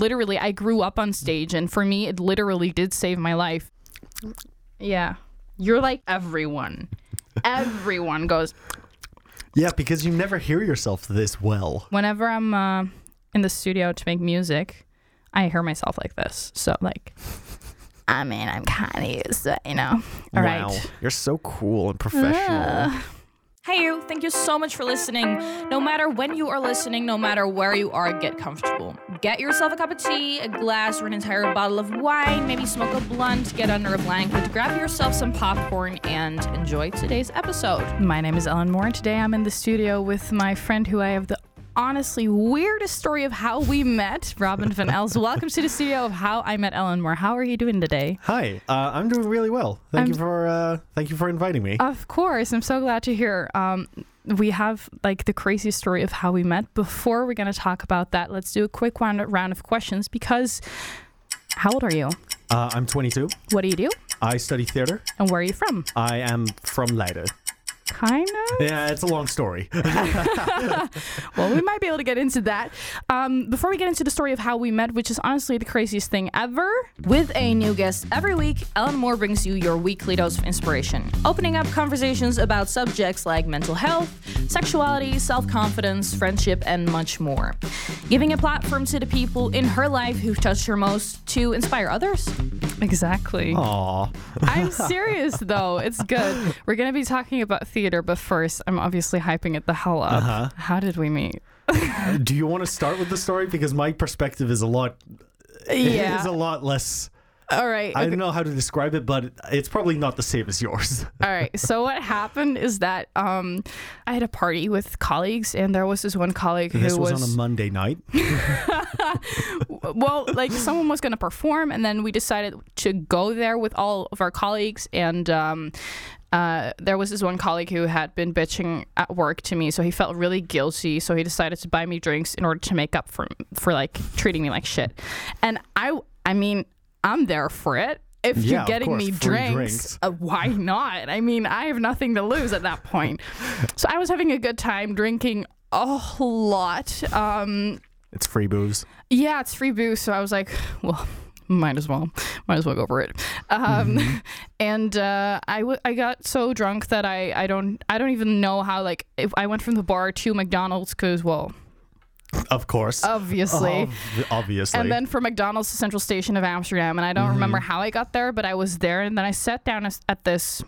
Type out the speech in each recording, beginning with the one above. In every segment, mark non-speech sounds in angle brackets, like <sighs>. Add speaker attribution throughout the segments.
Speaker 1: literally I grew up on stage and for me it literally did save my life. Yeah. You're like everyone. everyone goes
Speaker 2: Yeah, because you never hear yourself this well.
Speaker 1: whenever I'm uh, in the studio to make music, I hear myself like this. So like I mean, I'm kind of used to it, you know. All right.
Speaker 2: wow, you're so cool and professional.
Speaker 1: Hey, you. Thank you so much for listening. No matter when you are listening, no matter where you are, get comfortable. Get yourself a cup of tea, a glass, or an entire bottle of wine. Maybe smoke a blunt, get under a blanket, grab yourself some popcorn, and enjoy today's episode. My name is Ellen Moore, and today I'm in the studio with my friend who I have the honestly weirdest story of how we met, Robin Van Els. Welcome to the studio of How I Met Ellen Moore. How are you doing today?
Speaker 2: Hi, uh, I'm doing really well. Thank you for uh, thank you for inviting me.
Speaker 1: Of course, I'm so glad to hear. Um, we have like the crazy story of how we met. Before we're gonna talk about that, let's do a quick round round of questions because how old are you?
Speaker 2: Uh, I'm 22.
Speaker 1: What do you do?
Speaker 2: I study theater.
Speaker 1: And where are you from?
Speaker 2: I am from Leiden.
Speaker 1: Kind of.
Speaker 2: Yeah, it's a
Speaker 1: <laughs>
Speaker 2: long story.
Speaker 1: Well, we might be able to get into that. Um, before we get into the story of how we met, which is honestly the craziest thing ever, with a new guest every week, Ellen Moore brings you your weekly dose of inspiration, opening up conversations about subjects like mental health, sexuality, self confidence, friendship, and much more. Giving a platform to the people in her life who've touched her most to inspire others. Exactly.
Speaker 2: Aw,
Speaker 1: I'm serious though. It's good. We're gonna be talking about theater, but first, I'm obviously hyping it the hell up. How did we meet?
Speaker 2: do you want to start with the story because my perspective is a lot <laughs>
Speaker 1: Yeah.
Speaker 2: is a lot less.
Speaker 1: All right.
Speaker 2: I don't know how to describe it, but it's probably not the same as yours.
Speaker 1: All right. So what happened is that um, I had a party with colleagues, and there was this one colleague who
Speaker 2: This was, on a Monday night.
Speaker 1: well, like someone was going to perform, and then we decided to go there with all of our colleagues. And um, uh, there was this one colleague who had been bitching at work to me, so he felt really guilty. So he decided to buy me drinks in order to make up for for like treating me like shit. And I, I mean, I'm there for it. If
Speaker 2: Yeah,
Speaker 1: you're
Speaker 2: of
Speaker 1: getting
Speaker 2: course,
Speaker 1: me
Speaker 2: free
Speaker 1: drinks,
Speaker 2: drinks.
Speaker 1: uh, why not? I mean, I have nothing to lose at that
Speaker 2: <laughs>
Speaker 1: point. so I was having a good time drinking a lot. Um,
Speaker 2: It's free booze.
Speaker 1: yeah, it's free booze. So I was like, <sighs> well, might as well, might as well go for it. Um, <laughs> And uh, I, w- I got so drunk that I, I don't I don't even know how like if I went from the bar to McDonald's because well
Speaker 2: Of course.
Speaker 1: obviously.
Speaker 2: Ob- obviously.
Speaker 1: Oh, And then from McDonald's to Central Station of Amsterdam, and I don't remember how I got there, but I was there, and then I sat down as- at this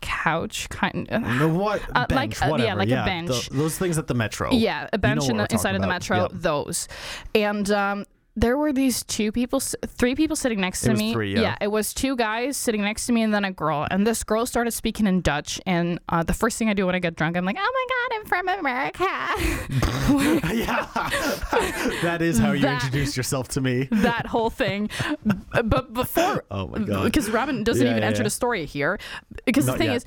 Speaker 1: couch kind of.
Speaker 2: No, what
Speaker 1: Uh, like,
Speaker 2: bench,
Speaker 1: uh, yeah,
Speaker 2: whatever.
Speaker 1: like a
Speaker 2: yeah,
Speaker 1: bench.
Speaker 2: tho- those things at the metro.
Speaker 1: Yeah, a bench
Speaker 2: what
Speaker 1: in
Speaker 2: we're
Speaker 1: the,
Speaker 2: talking
Speaker 1: inside of the
Speaker 2: about.
Speaker 1: metro.
Speaker 2: Yep.
Speaker 1: Those, and um, there were these two people, s- three people sitting next
Speaker 2: It
Speaker 1: to
Speaker 2: was
Speaker 1: me.
Speaker 2: three, yeah.
Speaker 1: it was two guys sitting next to me, and then a girl. And this girl started speaking in Dutch. And uh, the first thing I do when I get drunk, I'm like, "Oh my god, I'm from America."
Speaker 2: <laughs>
Speaker 1: <laughs>
Speaker 2: yeah. <laughs> that is how you
Speaker 1: That-
Speaker 2: introduce yourself to me.
Speaker 1: that whole thing. B- But before,
Speaker 2: Oh my God.
Speaker 1: because Mm, Robin doesn't
Speaker 2: Yeah,
Speaker 1: even
Speaker 2: yeah,
Speaker 1: enter
Speaker 2: yeah.
Speaker 1: the story here, because the
Speaker 2: Not
Speaker 1: thing
Speaker 2: yet.
Speaker 1: is.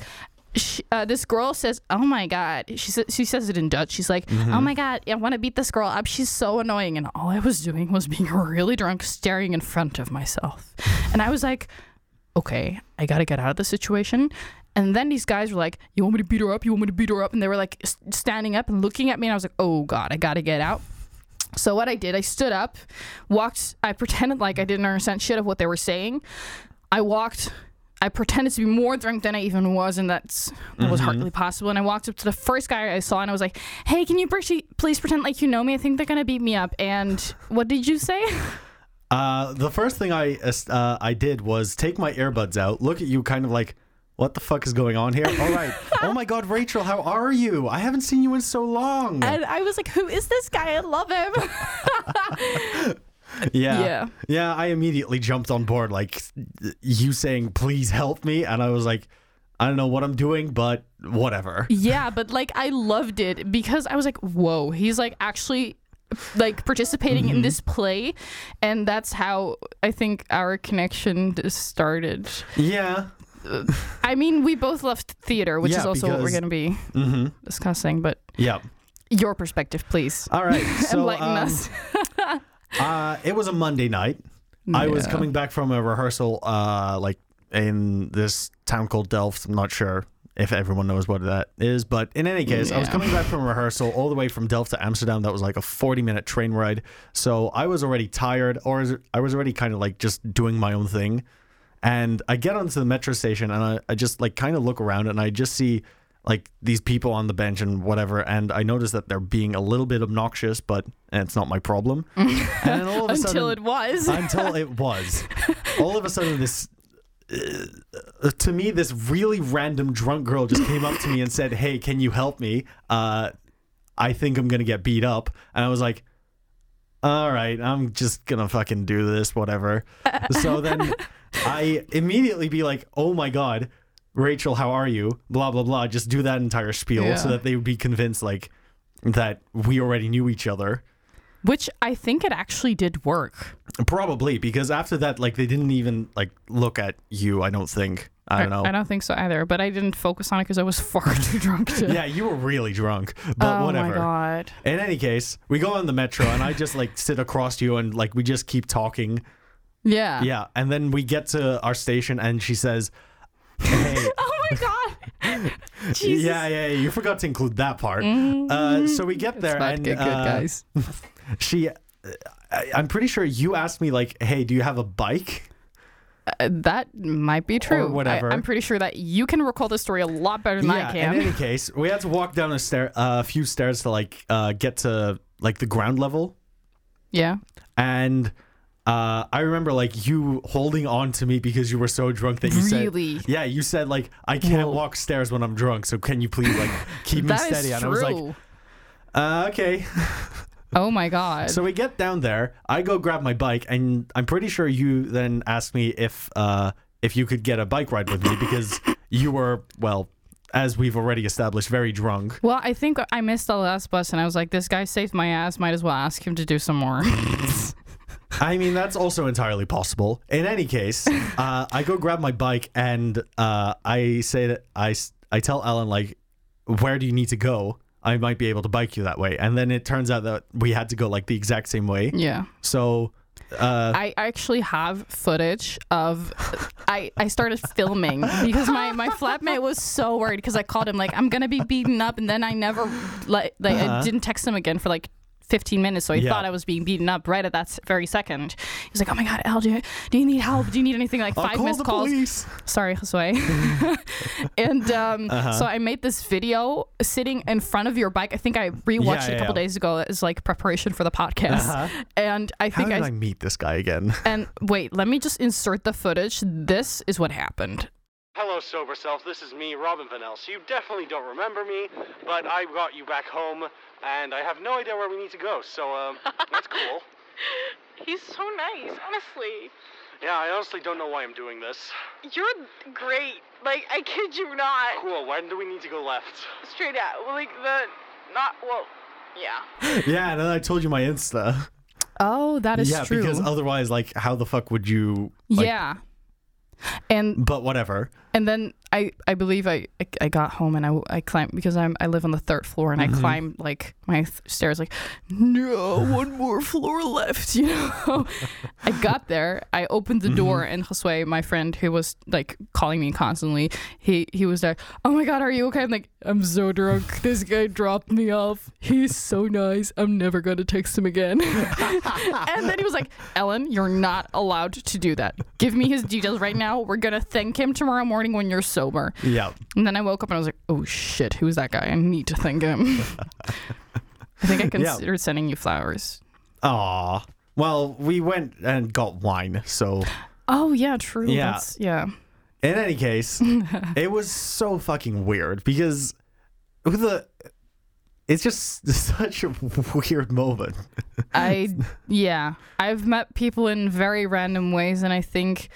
Speaker 1: She, uh, this girl says, "Oh my god!" She sa- she says it in Dutch. She's like, "Oh
Speaker 2: Mm-hmm.
Speaker 1: my god, I want to beat this girl up. She's so annoying." And all I was doing was being <laughs> really drunk, staring in front of myself, and I was like, "Okay, I gotta get out of this situation." And then these guys were like, "You want me to beat her up? You want me to beat her up?" And they were like s- standing up and looking at me, and I was like, "Oh god, I gotta get out." So what I did, I stood up, walked. I pretended like I didn't understand shit of what they were saying. I walked. I pretended to be more drunk than I even was, and that's that
Speaker 2: Mm-hmm.
Speaker 1: was hardly possible. And I walked up to the first guy I saw, and I was like, "Hey, can you pre- please pretend like you know me? I think they're gonna beat me up." And what did you say?
Speaker 2: Uh, the first thing I uh, I did was take my earbuds out, look at you, kind of like, what the fuck is going on here?
Speaker 1: <laughs>
Speaker 2: All right. oh my God, Rachel, how are you? I haven't seen you in so
Speaker 1: <laughs>
Speaker 2: long.
Speaker 1: And I was like, "Who is this guy? I love
Speaker 2: <laughs>
Speaker 1: him."
Speaker 2: yeah.
Speaker 1: yeah.
Speaker 2: Yeah, I immediately jumped on board, like you saying, please help me. And I was like, I don't know what I'm doing, but whatever.
Speaker 1: yeah, but like I loved it because I was like, "Whoa, he's like actually." like participating
Speaker 2: Mm-hmm.
Speaker 1: in this play and that's how i think our connection just started
Speaker 2: Yeah.
Speaker 1: I mean, we both left theater, which
Speaker 2: Yeah,
Speaker 1: is also what we're
Speaker 2: because-
Speaker 1: going to be
Speaker 2: Mm-hmm.
Speaker 1: discussing. But
Speaker 2: Yeah.
Speaker 1: your perspective, please. <laughs>
Speaker 2: All right. Uh, So,
Speaker 1: Enlighten
Speaker 2: um,
Speaker 1: us.
Speaker 2: Uh, it was a Monday night. I was
Speaker 1: Yeah.
Speaker 2: coming back from a rehearsal, uh, like in this town called Delft. I'm not sure if everyone knows what that is. But in any case, I was
Speaker 1: Yeah.
Speaker 2: coming back from rehearsal all the way from Delft to Amsterdam. That was like a 40 minute train ride. So I was already tired, or is- I was already kind of like just doing my own thing. And I get onto the metro station and I, I just like kind of look around and I just see like these people on the bench and whatever. And I notice that they're being a little bit obnoxious, but and it's not
Speaker 1: <laughs>
Speaker 2: my problem. and then all of a
Speaker 1: until
Speaker 2: sudden,
Speaker 1: it was.
Speaker 2: <laughs> until it was. All of a sudden, this uh, to me, this really random drunk girl just came up to me and said, "Hey, can you help me? Uh, I think I'm gonna get beat up." And I was like, "All right, I'm just gonna fucking do this, whatever." So then I immediately be like, "Oh my god." Rachel, how are you? Blah blah blah. Just do that entire spiel
Speaker 1: Yeah.
Speaker 2: so that they would be convinced, like, that we already knew each other.
Speaker 1: <laughs> Which I think it actually did work.
Speaker 2: Probably because after that, like they didn't even like look at you. I don't think. I don't know.
Speaker 1: <laughs> I don't think so either, but I didn't focus on it because I was <laughs> far too drunk to.
Speaker 2: yeah, you were really drunk, but
Speaker 1: oh
Speaker 2: whatever.
Speaker 1: my god.
Speaker 2: In any case, we go on the metro, and I just like sit across you, and like we just keep talking.
Speaker 1: Yeah.
Speaker 2: Yeah, and then we get to our station, and she says, "Hey,
Speaker 1: <laughs> Oh my
Speaker 2: <laughs>
Speaker 1: god. Jesus. Mm.
Speaker 2: yeah, yeah, yeah, you forgot to include that part." Uh, so we get there,
Speaker 1: It's not
Speaker 2: and
Speaker 1: good, good,
Speaker 2: uh,
Speaker 1: guys.
Speaker 2: she, uh, I, I'm pretty sure you asked me like, "Hey, do you have a bike?"
Speaker 1: Uh, that might be true. I-
Speaker 2: whatever.
Speaker 1: I'm pretty sure that you can recall the story a lot better than I
Speaker 2: In
Speaker 1: can.
Speaker 2: any case, we had to walk down a stair, a few stairs to like uh, get to like the ground level,
Speaker 1: yeah.
Speaker 2: and uh, I remember like you holding on to me because you were so drunk that you
Speaker 1: Really?
Speaker 2: said, "Yeah." You said like, "I can't
Speaker 1: Whoa.
Speaker 2: walk stairs when I'm drunk, so can you please like keep me
Speaker 1: <laughs> That is
Speaker 2: steady?" And I
Speaker 1: true.
Speaker 2: was like, uh, "Okay."
Speaker 1: oh my god.
Speaker 2: So we get down there. I go grab my bike, and I'm pretty sure you then asked me if uh, if you could get a bike ride with me because you were well, as we've already established, very drunk.
Speaker 1: well, I think I missed the last bus, and I was like, "This guy saved my ass. Might as well ask him to do some
Speaker 2: <laughs>
Speaker 1: more."
Speaker 2: I mean, that's also entirely possible. In
Speaker 1: <laughs>
Speaker 2: any case, uh, I go grab my bike and uh, I say that I, s- I tell Alan, like, where do you need to go? I might be able to bike you that way. And then it turns out that we had to go like the exact same way.
Speaker 1: yeah.
Speaker 2: So, uh,
Speaker 1: I actually have footage of I, I started filming because my, my flatmate was so worried because I called him like I'm gonna be beaten up and then I never like like I didn't text him again for like 15 minutes so he
Speaker 2: Uh-huh. Yeah.
Speaker 1: thought I was being beaten up right at that s- very second he was like oh my god Al do you, do you need help do you need anything like
Speaker 2: I'll
Speaker 1: five
Speaker 2: Uh, call
Speaker 1: missed
Speaker 2: the
Speaker 1: calls
Speaker 2: police.
Speaker 1: sorry Josue and um, so I made this video sitting in front of your bike I think I rewatched
Speaker 2: Yeah,
Speaker 1: it
Speaker 2: yeah,
Speaker 1: a couple
Speaker 2: yeah.
Speaker 1: days ago as like preparation for the podcast and I
Speaker 2: How
Speaker 1: think
Speaker 2: did
Speaker 1: I
Speaker 2: I meet this
Speaker 1: <laughs>
Speaker 2: guy again?
Speaker 1: and wait, let me just insert the footage. This is what happened.
Speaker 3: Hello, sober self. This is me, Robin Van Nels. You definitely don't remember me, but I brought you back home, and I have no idea where we need to go. So um, that's cool.
Speaker 4: He's so nice, honestly.
Speaker 3: Yeah, I honestly don't know why I'm doing this.
Speaker 4: You're great. Like, I kid you not.
Speaker 3: Cool. When do we need to go left?
Speaker 4: Straight out. Like, the. Not. Well, yeah.
Speaker 2: yeah, and then I told you my Insta.
Speaker 1: Oh, that is
Speaker 2: yeah,
Speaker 1: true.
Speaker 2: because otherwise, like, how the fuck would you. Like,
Speaker 1: yeah. And
Speaker 2: But whatever.
Speaker 1: and then I I believe I I, I got home and I I climbed because I'm I live on the third floor and I climbed like my th- stairs like no one more floor left <laughs> you know I got there I opened the door and Josue my friend who was like calling me constantly he he was there oh my god are you okay I'm like I'm so drunk this guy dropped me off he's so nice I'm never gonna text him again <laughs> and then he was like, Ellen, you're not allowed to do that. Give me his details right now. We're going to thank him tomorrow morning when you're sober.
Speaker 2: Yeah.
Speaker 1: And then I woke up and I was like, oh shit, who's that guy? I need to thank him. I think I considered sending you flowers.
Speaker 2: Aw. Well, we went and got wine, so.
Speaker 1: Oh, yeah, true.
Speaker 2: Yeah.
Speaker 1: That's, yeah.
Speaker 2: In any case, it was so fucking weird because with the it's just <laughs> such a weird moment. <laughs>
Speaker 1: I, yeah. I've met people in very random ways. And I think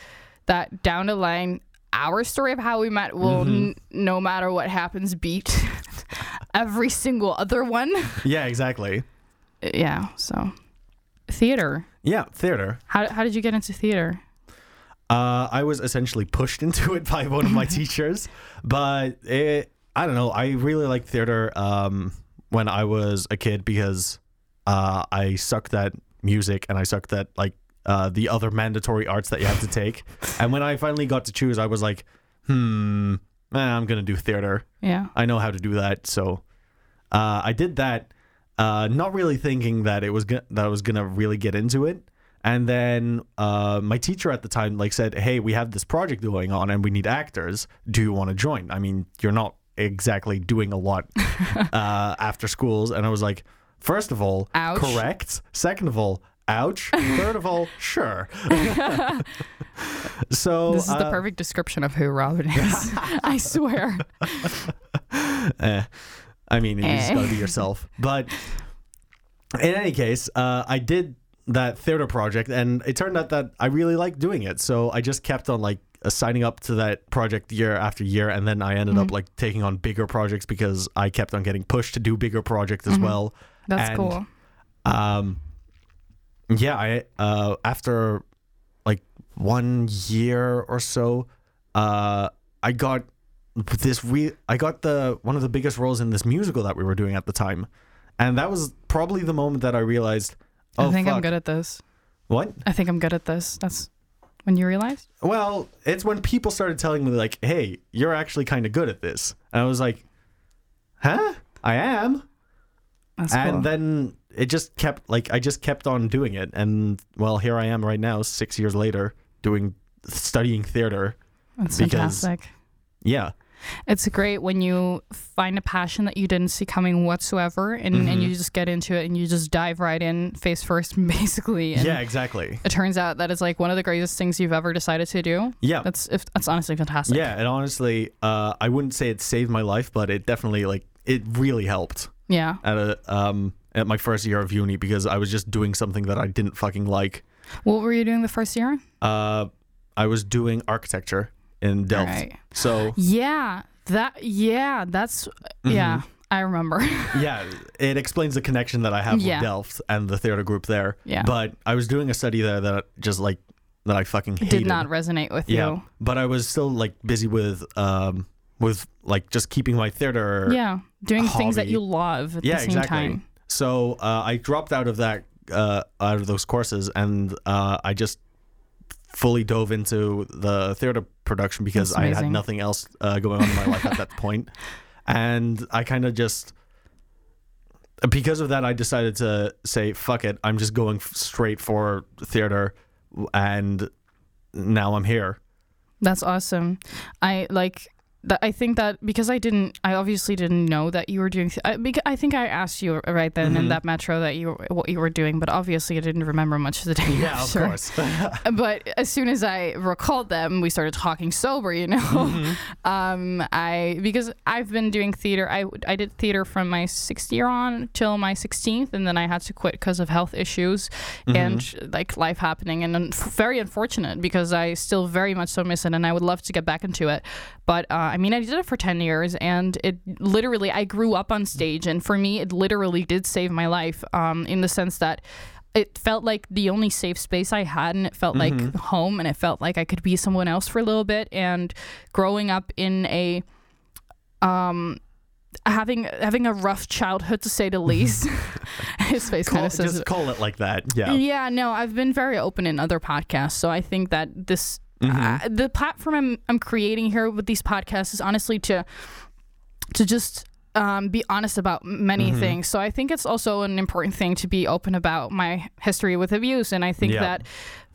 Speaker 1: that down the line, our story of how we met will,
Speaker 2: Mm-hmm.
Speaker 1: n- no matter what happens, beat <laughs> every single other one. <laughs>
Speaker 2: Yeah, exactly.
Speaker 1: yeah so theater
Speaker 2: Yeah, theater.
Speaker 1: how, how did you get into theater
Speaker 2: Uh, I was essentially pushed <laughs> into it by one of my teachers, but it, I don't know. I really liked theater um, when I was a kid because uh, I sucked at music and I sucked at like uh, the other mandatory arts that you have to take. and when I finally got to choose, I was like, hmm, eh, I'm gonna do theater.
Speaker 1: Yeah.
Speaker 2: I know how to do that. So uh, I did that, uh, not really thinking that it was go- that I was gonna really get into it. And then uh, my teacher at the time like said, "Hey, we have this project going on, and we need actors. Do you want to join? I mean, you're not exactly doing
Speaker 1: <laughs>
Speaker 2: a lot uh, after schools." And I was like, first of all,
Speaker 1: Ouch.
Speaker 2: correct. Second of all."
Speaker 1: <laughs>
Speaker 2: Ouch. Third of all, sure. <laughs> so
Speaker 1: This is the
Speaker 2: uh,
Speaker 1: perfect description of who Robin
Speaker 2: <laughs>
Speaker 1: is. <laughs> I swear.
Speaker 2: eh. I mean, you just
Speaker 1: Eh.
Speaker 2: gotta be yourself. But in any case, uh, I did that theater project, and it turned out that I really liked doing it. So I just kept on like uh, signing up to that project year after year, and then I ended up like taking on bigger projects because I kept on getting pushed to do bigger projects as well.
Speaker 1: That's
Speaker 2: And,
Speaker 1: cool.
Speaker 2: Um, yeah, I uh, after like one year or so, uh, I got this re- I got the one of the biggest roles in this musical that we were doing at the time, and that was probably the moment that I realized. Oh,
Speaker 1: I think
Speaker 2: fuck.
Speaker 1: I'm good at this.
Speaker 2: What?
Speaker 1: I think I'm good at this. That's when you realized?
Speaker 2: Well, it's when people started telling me like, "Hey, you're actually kind of good at this," and I was like, "Huh? I am."
Speaker 1: That's
Speaker 2: and
Speaker 1: cool.
Speaker 2: then it just kept like I just kept on doing it, and well, here I am right now, six years later, doing studying theater.
Speaker 1: That's
Speaker 2: because-
Speaker 1: fantastic.
Speaker 2: Yeah,
Speaker 1: It's great when you find a passion that you didn't see coming whatsoever and,
Speaker 2: Mm-hmm.
Speaker 1: and you just get into it and you just dive right in face first, <laughs> basically. And
Speaker 2: yeah, exactly.
Speaker 1: It turns out that is like one of the greatest things you've ever decided to do.
Speaker 2: Yeah,
Speaker 1: That's if, that's honestly fantastic.
Speaker 2: yeah. And honestly, uh, I wouldn't say it saved my life, but it definitely like it really helped
Speaker 1: Yeah.
Speaker 2: at a um at my first year of uni because I was just doing something that I didn't fucking like.
Speaker 1: What were you doing the first year?
Speaker 2: Uh, I was doing architecture in Delft,
Speaker 1: Alright.
Speaker 2: so
Speaker 1: Yeah. That yeah, that's yeah, I remember.
Speaker 2: Mm-hmm.
Speaker 1: <laughs>
Speaker 2: yeah, it explains the connection that I have
Speaker 1: Yeah.
Speaker 2: with Delft and the theater group there.
Speaker 1: Yeah.
Speaker 2: But I was doing a study there that just like that I fucking hated.
Speaker 1: Did not resonate with
Speaker 2: Yeah.
Speaker 1: you.
Speaker 2: But I was still like busy with um with like just keeping my theater.
Speaker 1: Yeah. Doing things that
Speaker 2: hobby.
Speaker 1: you love at
Speaker 2: Yeah.
Speaker 1: the same
Speaker 2: exactly.
Speaker 1: time.
Speaker 2: So uh, I dropped out of that uh, out of those courses and uh, I just fully dove into the theater production because
Speaker 1: That's
Speaker 2: I had
Speaker 1: amazing.
Speaker 2: nothing else uh, going on in my life at
Speaker 1: <laughs>
Speaker 2: that point, and I kind of just because of that, I decided to say, fuck it, I'm just going f- straight for theater. And now I'm here.
Speaker 1: That's awesome. I like that. I think that because I didn't, I obviously didn't know that you were doing. I, because I think I asked you uh, right then
Speaker 2: Mm-hmm.
Speaker 1: in that metro that you what you were doing, but obviously I didn't remember much of the day.
Speaker 2: Yeah,
Speaker 1: <laughs>
Speaker 2: of
Speaker 1: after.
Speaker 2: course.
Speaker 1: <laughs> But as soon as I recalled them, we started talking sober. You know, <laughs> um, I because I've been doing theater. I I did theater from my sixth year on till my sixteenth, and then I had to quit because of health issues and like life happening, and un- very unfortunate because I still very much so miss it, and I would love to get back into it. But uh, I mean, I did it for ten years, and it literally I grew up on stage, and for me, it literally did save my life. Um, in the sense that it felt like the only safe space I had, and it felt like home, and it felt like I could be someone else for a little bit. And growing up in a um, having having a rough childhood, to say the least, <laughs> his face kind
Speaker 2: Call-
Speaker 1: of says
Speaker 2: just
Speaker 1: it.
Speaker 2: call it like that. Yeah.
Speaker 1: Yeah, no, I've been very open in other podcasts, so I think that this
Speaker 2: Mm-hmm.
Speaker 1: uh, the platform I'm I'm creating here with these podcasts is honestly to to just um, be honest about m- many
Speaker 2: Mm-hmm.
Speaker 1: things. So I think it's also an important thing to be open about my history with abuse, and I think
Speaker 2: Yeah.
Speaker 1: that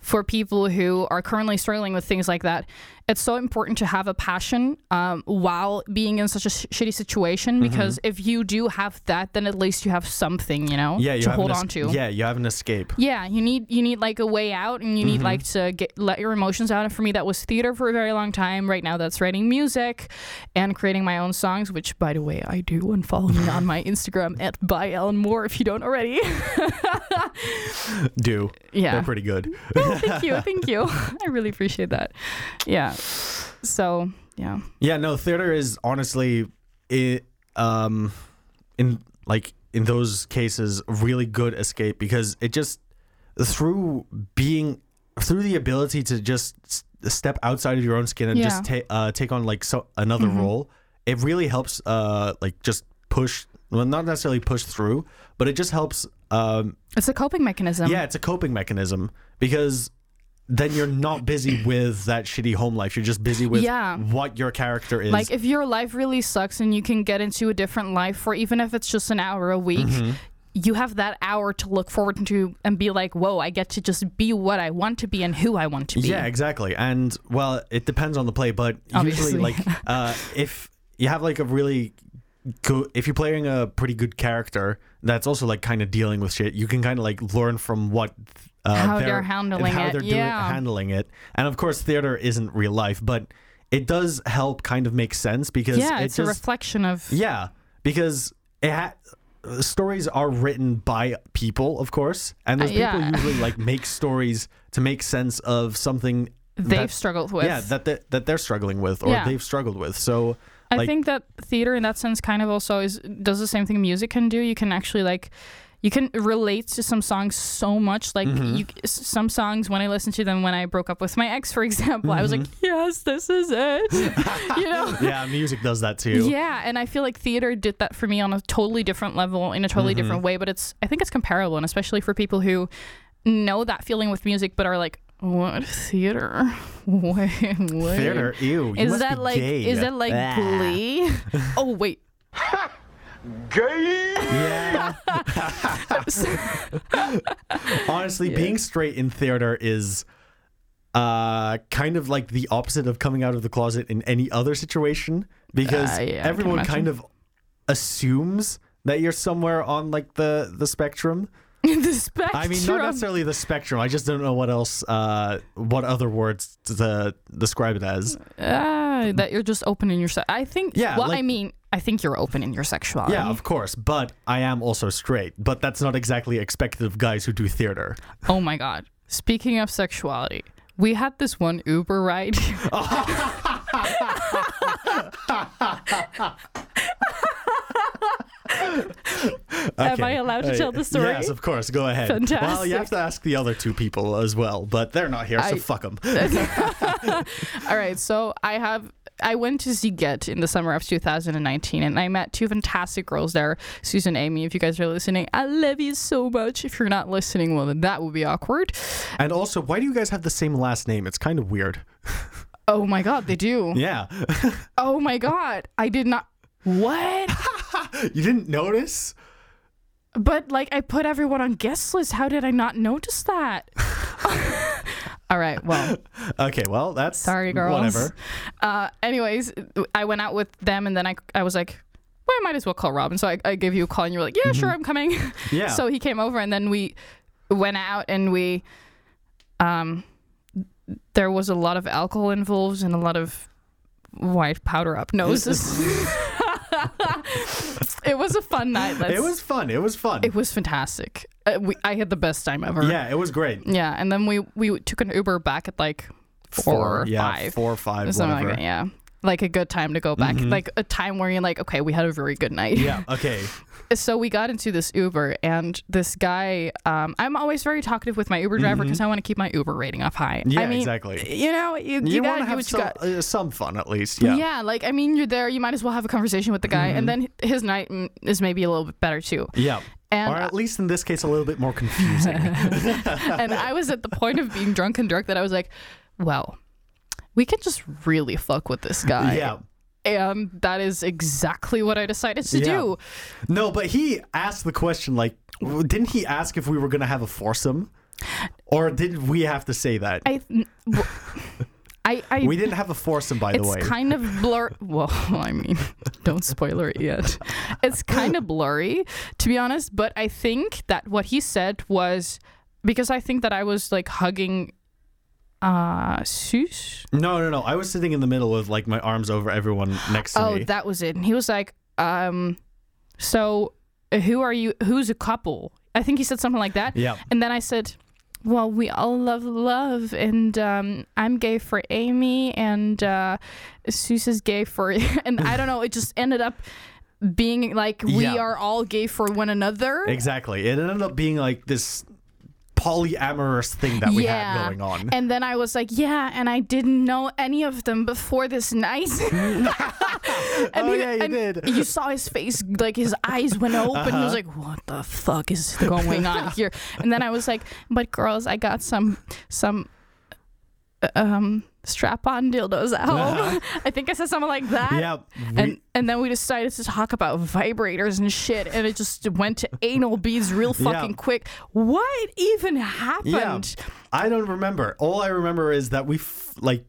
Speaker 1: for people who are currently struggling with things like that, it's so important to have a passion um, while being in such a sh- shitty situation.
Speaker 2: Mm-hmm.
Speaker 1: Because if you do have that, then at least you have something, you know,
Speaker 2: Yeah. You
Speaker 1: to
Speaker 2: have
Speaker 1: hold
Speaker 2: an es-
Speaker 1: on to.
Speaker 2: Yeah. You have an escape. <laughs>
Speaker 1: Yeah, you need you need like a way out, and you need like to get let your emotions out. And for me, that was theater for a very long time. Right now, that's writing music and creating my own songs, which, by the way, I do. And follow me on my Instagram at by Ellen Moore if you don't already.
Speaker 2: Do. They're
Speaker 1: yeah,
Speaker 2: pretty good.
Speaker 1: <laughs> thank you, thank you. I really appreciate that. Yeah, so yeah,
Speaker 2: <laughs> Yeah, no, theater is honestly it um in like in those cases a really good escape because it just through being through the ability to just s- step outside of your own skin and just ta- uh, take on like so another role, it really helps uh like just push well not necessarily push through, but it just helps um
Speaker 1: it's a coping mechanism.
Speaker 2: yeah, it's a coping mechanism because then you're not busy with that shitty home life. You're just busy with
Speaker 1: Yeah.
Speaker 2: what your character is.
Speaker 1: Like if your life really sucks and you can get into a different life for even if it's just an hour a week,
Speaker 2: Mm-hmm.
Speaker 1: you have that hour to look forward to and be like, "Whoa, I get to just be what I want to be and who I want to be."
Speaker 2: Yeah, exactly. And well, it depends on the play, but
Speaker 1: Obviously. <laughs>
Speaker 2: usually, like, uh, if you have like a really good, if you're playing a pretty good character that's also like kind of dealing with shit, you can kind of like learn from what. Uh,
Speaker 1: How they're handling
Speaker 2: how
Speaker 1: it,
Speaker 2: they're doing,
Speaker 1: yeah.
Speaker 2: handling it, and of course, theater isn't real life, but it does help kind of make sense because
Speaker 1: Yeah,
Speaker 2: it
Speaker 1: it's a
Speaker 2: just,
Speaker 1: reflection of
Speaker 2: yeah, because it ha- uh, stories are written by people, of course, and those
Speaker 1: Uh, yeah.
Speaker 2: people usually like make stories to make sense of something
Speaker 1: they've
Speaker 2: that-
Speaker 1: struggled with.
Speaker 2: Yeah, that they, that they're struggling with or
Speaker 1: Yeah.
Speaker 2: they've struggled with. So
Speaker 1: I
Speaker 2: like,
Speaker 1: think that theater in that sense kind of also is does the same thing music can do. You can actually like you can relate to some songs so much like
Speaker 2: Mm-hmm.
Speaker 1: you, s- some songs when i listen to them when i broke up with my ex for <laughs> example i was like
Speaker 2: Mm-hmm.
Speaker 1: yes this is it <laughs> you know
Speaker 2: yeah, music does that too.
Speaker 1: <laughs> Yeah, and I feel like theater did that for me on a totally different level in a totally
Speaker 2: Mm-hmm.
Speaker 1: different way, but it's I think it's comparable and especially for people who know that feeling with music but are like what theater? <laughs> Wait, wait.
Speaker 2: Theater, ew. you
Speaker 1: Is
Speaker 2: must
Speaker 1: that
Speaker 2: be
Speaker 1: like
Speaker 2: gay.
Speaker 1: is that like
Speaker 2: Ah. <laughs>
Speaker 1: glee? Oh wait. <laughs>
Speaker 2: Yeah. <laughs> Honestly, being straight in theater is uh kind of like the opposite of coming out of the closet in any other situation because
Speaker 1: Uh, yeah, I can
Speaker 2: everyone kind of assumes that you're somewhere on like the the spectrum.
Speaker 1: the spectrum.
Speaker 2: I mean, not necessarily the spectrum. I just don't know what else, uh, what other words to, to describe it as.
Speaker 1: Ah, that you're just open in your se- I think
Speaker 2: Yeah,
Speaker 1: well, I
Speaker 2: like-
Speaker 1: mean, I think you're open in your sexuality.
Speaker 2: Yeah, of course. But I am also straight. But that's not exactly expected of guys who do theater.
Speaker 1: Oh my god. Speaking of sexuality, we had this one Uber ride. <laughs> Am I allowed to
Speaker 2: Hey,
Speaker 1: tell the story?
Speaker 2: Yes, of course. Go ahead. Well, you
Speaker 1: Fantastic.
Speaker 2: have to ask the other two people as well, but they're not here, so
Speaker 1: I-
Speaker 2: fuck them.
Speaker 1: All right, so I have I went to Ziget in the summer of 2019 and I met two fantastic girls there, Susan Amy, if you guys are listening. I love you so much. If you're not listening, well then that would be awkward.
Speaker 2: and also, why do you guys have the same last name? It's kind of weird.
Speaker 1: Oh my god, they do.
Speaker 2: Yeah. <laughs>
Speaker 1: Oh my god. I did not What?
Speaker 2: you didn't notice?
Speaker 1: But like I put everyone on guest list. How did I not notice
Speaker 2: <laughs>
Speaker 1: that? <laughs> All right. Well,
Speaker 2: Okay, well, that's.
Speaker 1: sorry, girls.
Speaker 2: Whatever.
Speaker 1: Uh, anyways, I went out with them, and then I, I was like, well, I might as well call Robin. So I, I gave you a call, and you were like, yeah, sure, I'm coming. <laughs>
Speaker 2: Mm-hmm. Yeah.
Speaker 1: so he came over, and then we went out, and we, um, there was a lot of alcohol involved and a lot of white powder up
Speaker 2: <laughs>
Speaker 1: noses. <laughs> it was a fun night. Let's,
Speaker 2: It was fun. It was fun.
Speaker 1: it was fantastic. Uh, we, I had the best time ever.
Speaker 2: yeah, it was great.
Speaker 1: Yeah, and then we we took an Uber back at like four, or
Speaker 2: yeah,
Speaker 1: five,
Speaker 2: four or five,
Speaker 1: or something
Speaker 2: whatever. Mm-hmm.
Speaker 1: like that. Yeah, like a good time to go back, like a time where you're like, okay, we had a very good night.
Speaker 2: Yeah. Okay.
Speaker 1: <laughs> So we got into this Uber, and this guy, um, I'm always very talkative with my Uber driver because I want to keep my Uber rating up high. I
Speaker 2: Mm-hmm. Yeah,
Speaker 1: mean,
Speaker 2: exactly.
Speaker 1: You know, you, you, gotta
Speaker 2: wanna
Speaker 1: do what
Speaker 2: have
Speaker 1: you
Speaker 2: some,
Speaker 1: got.
Speaker 2: uh, some fun at least.
Speaker 1: Yeah.
Speaker 2: Yeah. Mm-hmm.
Speaker 1: like I mean, you're there. You might as well have a conversation with the guy, and then his night mm, is maybe a little bit better too.
Speaker 2: Yeah.
Speaker 1: And
Speaker 2: or at least in this case, a little bit
Speaker 1: <laughs>
Speaker 2: more confusing.
Speaker 1: and I was at the point of being drunk and drunk that I was like, well, we could just really fuck with this guy.
Speaker 2: yeah.
Speaker 1: And that is exactly what I decided to
Speaker 2: Yeah.
Speaker 1: do.
Speaker 2: No, but he asked the question like, w- didn't he ask if we were going to have a foursome? Or did we have to say that?
Speaker 1: I, n- w- I, I,
Speaker 2: we didn't have a foursome, by the
Speaker 1: it's
Speaker 2: way.
Speaker 1: kind of blur. Well, <laughs> I mean, don't spoiler it yet. It's kind of blurry, to be honest. But I think that what he said was because I think that I was like hugging, uh, Sus.
Speaker 2: no, no, no. I was sitting in the middle with like my arms over everyone next to
Speaker 1: Oh,
Speaker 2: me.
Speaker 1: that was it. And he was like, um, so who are you? Who's a couple? I think he said something like that.
Speaker 2: Yeah.
Speaker 1: And then I said, well, we all love love, and um, I'm gay for Amy, and uh, Seuss is gay for, <laughs> and I don't know. It just ended up being like we
Speaker 2: Yeah.
Speaker 1: are all gay for one another.
Speaker 2: exactly. It ended up being like this polyamorous thing that we had going on.
Speaker 1: And then I was like, yeah, and I didn't know any of them before this
Speaker 2: <laughs>
Speaker 1: night. <laughs> and
Speaker 2: Oh, yeah, you did. Uh-huh.
Speaker 1: You saw his face, like his eyes went open. He was like, what the
Speaker 2: <laughs>
Speaker 1: fuck is going on here? And then I was like, but girls, I got some, some um, strap-on dildos at
Speaker 2: Uh-huh.
Speaker 1: home. <laughs> I think I said something like that.
Speaker 2: Yeah, we-
Speaker 1: and and then we decided to talk about vibrators and shit, and it just went to anal beads real
Speaker 2: Yeah.
Speaker 1: fucking quick. What even happened?
Speaker 2: I don't remember. All I remember is that we f- like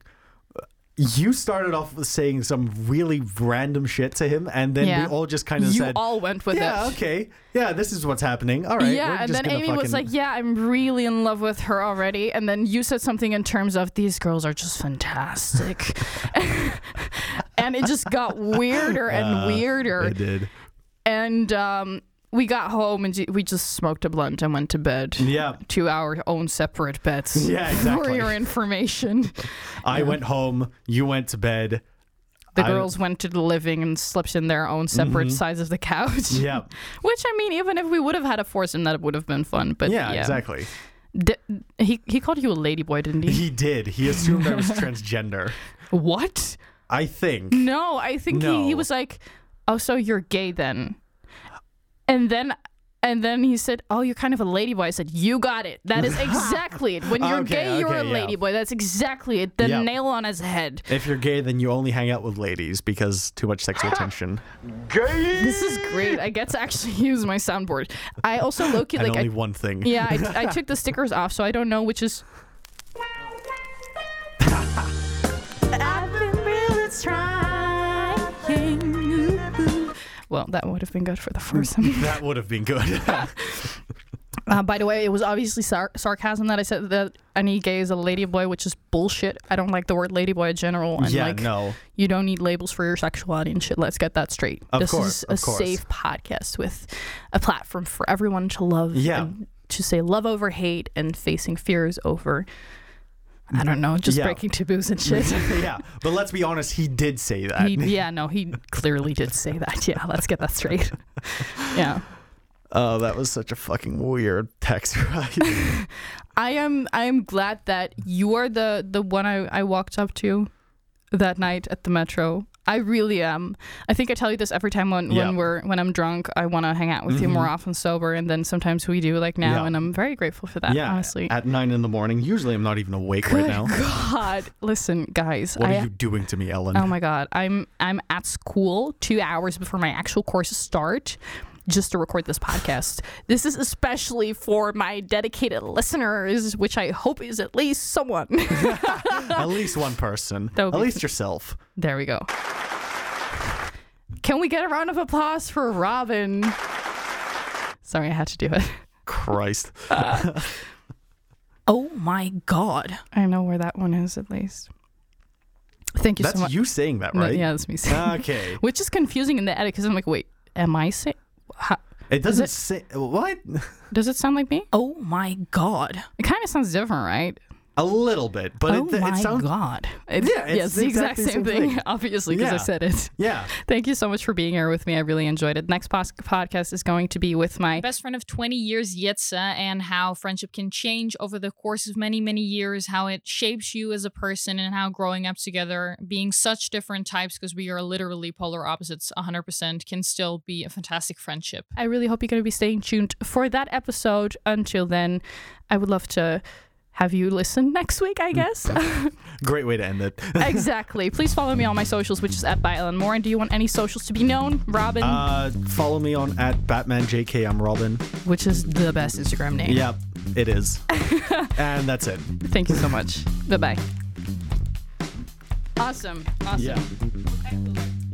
Speaker 2: you started off with saying some really random shit to him, and then
Speaker 1: Yeah.
Speaker 2: we all just kind of
Speaker 1: you
Speaker 2: said,
Speaker 1: all went with
Speaker 2: "Yeah,
Speaker 1: it.
Speaker 2: okay, yeah, this is what's happening. All right,
Speaker 1: yeah,
Speaker 2: we're
Speaker 1: and
Speaker 2: just
Speaker 1: then
Speaker 2: gonna
Speaker 1: Amy was
Speaker 2: fucking-
Speaker 1: like, "Yeah, I'm really in love with her already." And then you said something in terms of these girls are just fantastic, <laughs> and it just got weirder and weirder.
Speaker 2: Uh, "It did,
Speaker 1: And um, we got home and ju- we just smoked a blunt and went to bed.
Speaker 2: yeah."
Speaker 1: To our own separate beds.
Speaker 2: <laughs> Yeah,
Speaker 1: For
Speaker 2: exactly.
Speaker 1: your information,
Speaker 2: I went home. You went to bed.
Speaker 1: the
Speaker 2: I- Mm-hmm.
Speaker 1: girls went to the living and slept in their own separate sides of the couch.
Speaker 2: Yeah,
Speaker 1: Which I mean, even if we would have had a foursome, that would have been fun. But
Speaker 2: yeah,
Speaker 1: yeah.
Speaker 2: exactly.
Speaker 1: D- he he called you a ladyboy, didn't he?
Speaker 2: He did. He
Speaker 1: <laughs>
Speaker 2: assumed I was transgender.
Speaker 1: what?
Speaker 2: I think.
Speaker 1: No, I think He, he
Speaker 2: No.
Speaker 1: was like, "Oh, so you're gay then?" And then and then he said, "Oh, you're kind of a ladyboy." I said, "You got it. That
Speaker 2: <laughs>
Speaker 1: is exactly it. When you're
Speaker 2: Okay,
Speaker 1: gay, you're
Speaker 2: okay,
Speaker 1: a
Speaker 2: yeah.
Speaker 1: ladyboy. That's exactly it. The
Speaker 2: Yeah.
Speaker 1: nail on his head.
Speaker 2: If you're gay, then you only hang out with ladies because too much sexual
Speaker 1: <gasps>
Speaker 2: tension,
Speaker 1: This is great. I get to actually <laughs> use my soundboard. I
Speaker 2: <laughs>
Speaker 1: also low-key
Speaker 2: and
Speaker 1: like
Speaker 2: only
Speaker 1: I,
Speaker 2: one thing.
Speaker 1: yeah, I, I took the stickers off, so I don't know which is well. That would have been good for the foursome.
Speaker 2: <laughs> That would have
Speaker 1: <laughs>
Speaker 2: been good.
Speaker 1: Uh, by the way, it was obviously sar- sarcasm that I said that any gay is a ladyboy, which is bullshit. I don't like the word ladyboy in general. And
Speaker 2: yeah,
Speaker 1: like,
Speaker 2: no. <laughs>
Speaker 1: you don't need labels for your sexuality and shit. Let's get that straight.
Speaker 2: Of
Speaker 1: this
Speaker 2: course,
Speaker 1: is a
Speaker 2: of course.
Speaker 1: safe podcast with a platform for everyone to love.
Speaker 2: Yeah.
Speaker 1: And to say love over hate and facing fears over, I don't know, just
Speaker 2: Yeah.
Speaker 1: breaking taboos and shit.
Speaker 2: <laughs> yeah, but let's be honest, he did say that.
Speaker 1: He- yeah, no, he clearly did say that. Yeah, let's get that straight. <laughs> Yeah.
Speaker 2: <laughs> oh, that was such a fucking weird text,
Speaker 1: <laughs>
Speaker 2: <laughs> right?
Speaker 1: I am I am glad that you are the the one I, I walked up to that night at the metro. I really am. I think I tell you this every time when,
Speaker 2: Yeah. Mm-hmm.
Speaker 1: when we're when I'm drunk, I want to hang out with you more often sober, and then sometimes we do like now,
Speaker 2: Yeah.
Speaker 1: and I'm very grateful for that.
Speaker 2: yeah,
Speaker 1: honestly.
Speaker 2: At nine in the morning, usually I'm not even awake right now.
Speaker 1: <laughs> God, listen, guys.
Speaker 2: What
Speaker 1: I,
Speaker 2: are you doing to me, Ellen?
Speaker 1: Oh my god, I'm I'm at school two hours before my actual courses start, just to record this podcast. This is especially for my dedicated listeners, which I hope is at least someone. <laughs>
Speaker 2: At least one person.
Speaker 1: That would
Speaker 2: At
Speaker 1: be-
Speaker 2: least yourself.
Speaker 1: there we go. Can we get a round of applause for Robin? Sorry, I had to do it. <laughs>
Speaker 2: Christ.
Speaker 1: Oh my god. I know where that one is at least. Thank you
Speaker 2: That's
Speaker 1: so much.
Speaker 2: you saying that,
Speaker 1: No,
Speaker 2: right? Ah,
Speaker 1: yeah, that's me. saying-
Speaker 2: Okay.
Speaker 1: <laughs> Which is confusing in the edit because I'm like, wait, am I saying?
Speaker 2: It doesn't say what?
Speaker 1: Does it sound like me? Oh my god! It kind of sounds different, right?
Speaker 2: A little bit, but
Speaker 1: oh
Speaker 2: it,
Speaker 1: my
Speaker 2: it sounds
Speaker 1: god! It's,
Speaker 2: Yeah, it's
Speaker 1: the exact, same, thing,
Speaker 2: thing.
Speaker 1: <laughs> obviously, because I
Speaker 2: Yeah.
Speaker 1: said it.
Speaker 2: Yeah.
Speaker 1: Thank you so much for being here with me. I really enjoyed it. Next pos- podcast is going to be with my best friend of 20 years, Yitza, and how friendship can change over the course of many, many years, how it shapes you as a person, and how growing up together, being such different types, because we are literally polar opposites 100%, can still be a fantastic friendship. I really hope you're going to be staying tuned for that episode. Until then, I would love to have you listen next week, I guess. <laughs>
Speaker 2: Great way to end it. <laughs>
Speaker 1: exactly. Please follow me on my socials, which is at by Ellen Moore. And do you want any socials to be known? Robin?
Speaker 2: Uh, follow me on at BatmanJK. I'm Robin.
Speaker 1: which is the best Instagram name.
Speaker 2: Yep,
Speaker 1: <laughs>
Speaker 2: it is. and that's it.
Speaker 1: Thank you so much. bye bye. Awesome. Awesome.
Speaker 2: Yeah.
Speaker 1: Excellent.